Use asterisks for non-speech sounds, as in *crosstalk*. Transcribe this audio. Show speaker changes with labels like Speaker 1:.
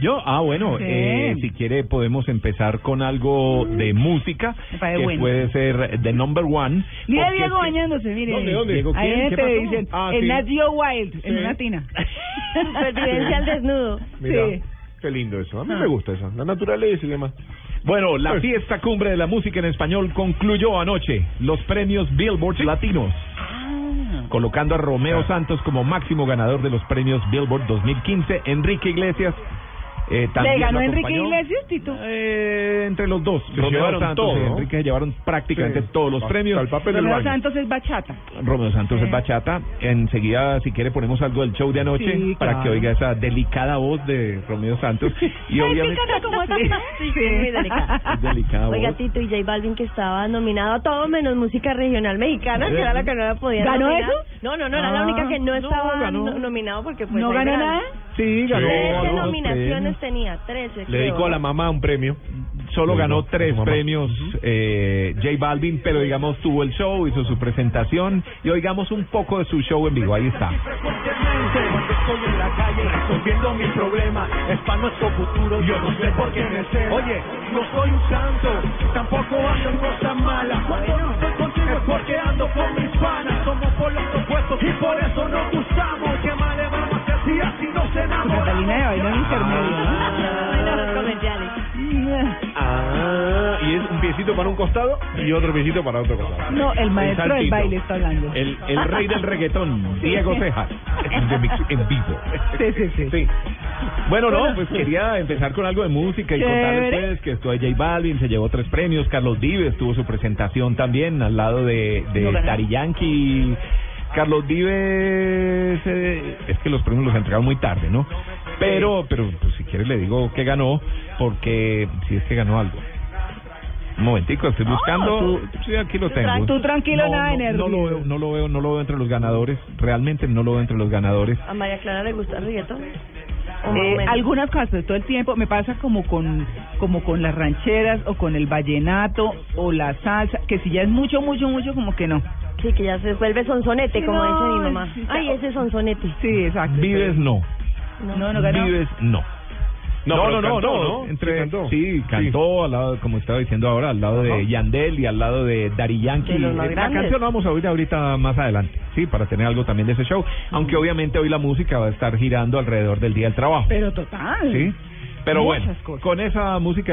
Speaker 1: Yo, ah, bueno, eh,
Speaker 2: Bien.
Speaker 1: si quiere podemos empezar con algo de música,
Speaker 2: Me parece
Speaker 1: que
Speaker 2: bueno.
Speaker 1: puede ser The Number One.
Speaker 2: Mira a
Speaker 1: porque
Speaker 2: Diego
Speaker 1: es que-
Speaker 2: bañándose, mire.
Speaker 1: ¿Dónde, dónde? Diego,
Speaker 2: Ahí
Speaker 1: ¿quién?
Speaker 2: en
Speaker 1: ¿Qué
Speaker 2: televisión.
Speaker 1: pasó? Ah,
Speaker 2: en
Speaker 1: sí.
Speaker 2: Nat Geo Wild, en
Speaker 1: Sí. *laughs*
Speaker 2: una tina.
Speaker 3: Supervivencia al desnudo.
Speaker 1: Mira,
Speaker 2: Sí. Ah.
Speaker 1: qué lindo eso. A mí me gusta eso, la naturaleza y demás. Pues, Bueno, la fiesta cumbre de la música en español concluyó anoche los premios Billboard Latinos,
Speaker 2: Ah.
Speaker 1: colocando a Romeo Santos como máximo ganador de los premios Billboard 2015. Enrique Iglesias eh, también
Speaker 2: ¿Le ganó
Speaker 1: lo
Speaker 2: Enrique
Speaker 1: acompañó.
Speaker 2: Iglesias, Tito?
Speaker 1: Eh, entre los dos, Romeo
Speaker 4: llevaron
Speaker 1: Santos
Speaker 4: todo,
Speaker 1: y
Speaker 4: ¿no?
Speaker 1: Enrique se llevaron prácticamente
Speaker 4: Sí.
Speaker 1: todos los
Speaker 4: Hasta
Speaker 1: premios.
Speaker 4: el papel del
Speaker 2: Romeo
Speaker 4: baño.
Speaker 2: Santos es bachata.
Speaker 1: Romeo Santos es bachata. Enseguida, si quiere, ponemos algo del show de anoche
Speaker 2: Sí,
Speaker 1: para
Speaker 2: claro.
Speaker 1: que oiga esa delicada voz de Romeo Santos.
Speaker 2: *laughs*
Speaker 1: Y obviamente.
Speaker 3: Sí, sí, muy delicada.
Speaker 1: Es
Speaker 2: *laughs*
Speaker 1: delicada voz.
Speaker 3: Oiga, Tito y J Balvin, que estaba nominado a todo menos música regional mexicana, que era la que no la podía
Speaker 2: ¿Ganó
Speaker 3: nominar.
Speaker 2: eso?
Speaker 3: No, no, no, era
Speaker 2: Ah,
Speaker 3: la única que no
Speaker 1: no,
Speaker 3: estaba
Speaker 1: ganó.
Speaker 3: no- nominado porque pues
Speaker 2: ¿No
Speaker 3: ahí
Speaker 2: ganó
Speaker 3: verán.
Speaker 2: nada?
Speaker 1: Sí, ganó.
Speaker 3: Trece
Speaker 1: algunos
Speaker 3: nominaciones
Speaker 1: premios.
Speaker 3: tenía, trece.
Speaker 4: Le
Speaker 3: creo.
Speaker 4: dedicó a la mamá un premio.
Speaker 1: Solo
Speaker 4: Le
Speaker 1: ganó
Speaker 4: dedicó a
Speaker 1: tres
Speaker 4: su mamá.
Speaker 1: premios eh, J Balvin, pero digamos tuvo el show, hizo su presentación y oigamos un poco de su show en vivo. Ahí está.
Speaker 5: Cuando estoy en la calle resolviendo mis problemas, es para nuestro futuro, yo no sé por qué me sé. Oye, no soy un santo, tampoco ando en cosas malas. Cuando no estoy contigo es porque ando con mis panas. Somos por los opuestos y por eso nos gustamos. Qué mal le vamos a hacer si así nos enamoramos.
Speaker 2: Catalina de
Speaker 1: Ah.
Speaker 2: bailó intermedio,
Speaker 3: Bueno, los comerciales.
Speaker 2: ¿no?
Speaker 4: Ah, y es un piecito para un costado y otro piecito para otro costado.
Speaker 2: No, el maestro del
Speaker 4: saltito.
Speaker 2: baile está hablando.
Speaker 1: El, el rey del
Speaker 2: *laughs*
Speaker 1: reggaetón, Diego Cejas, de Mix en vivo.
Speaker 2: Sí, sí, sí.
Speaker 1: Sí. Bueno, no, pues quería empezar con algo de música y
Speaker 2: Chévere.
Speaker 1: contarles pues, que esto de J Balvin se llevó tres premios. Carlos Vives tuvo su presentación también al lado de, de
Speaker 2: No ganó.
Speaker 1: Daddy Yankee. Carlos Vives, eh, es que los premios los entregaron muy tarde, ¿no? Pero, pero pues, si quieres le digo que ganó, porque si es que ganó algo. Un momentico, estoy buscando. sí, aquí lo tengo.
Speaker 2: Ah, Tú tranquilo,
Speaker 1: No,
Speaker 2: nada de
Speaker 1: no,
Speaker 2: nervios.
Speaker 1: no lo veo, no lo veo, no lo veo entre los ganadores. Realmente no lo veo entre los ganadores.
Speaker 3: ¿A María Clara le gusta el reggaetón? O más o
Speaker 2: Eh,
Speaker 3: menos.
Speaker 2: algunas cosas, pero todo el tiempo me pasa como con como con las rancheras o con el vallenato o la salsa, que si ya es mucho, mucho, mucho, como que no.
Speaker 3: Sí, que ya se vuelve sonsonete,
Speaker 2: No,
Speaker 3: como dice mi mamá.
Speaker 2: sí,
Speaker 3: Ay, ese sonsonete.
Speaker 2: Sí, exacto.
Speaker 1: Vives no.
Speaker 2: No, no ganó.
Speaker 1: Vives no.
Speaker 4: No, pero cantó, ¿no?
Speaker 1: Entre,
Speaker 4: Sí,
Speaker 1: sí,
Speaker 4: cantó.
Speaker 1: cantó.
Speaker 4: Sí.
Speaker 1: al lado, como estaba diciendo ahora, al lado de
Speaker 4: Ajá.
Speaker 1: Yandel y al lado de Dari Yankee. Eh,
Speaker 3: De los más
Speaker 1: la
Speaker 3: grandes.
Speaker 1: canción la vamos a oír ahorita más adelante, sí, para tener algo también de ese show. Aunque obviamente hoy la música va a estar girando alrededor del Día del Trabajo,
Speaker 2: Pero total.
Speaker 1: sí. Pero
Speaker 2: Muchas
Speaker 1: bueno,
Speaker 2: cosas.
Speaker 1: con esa música. de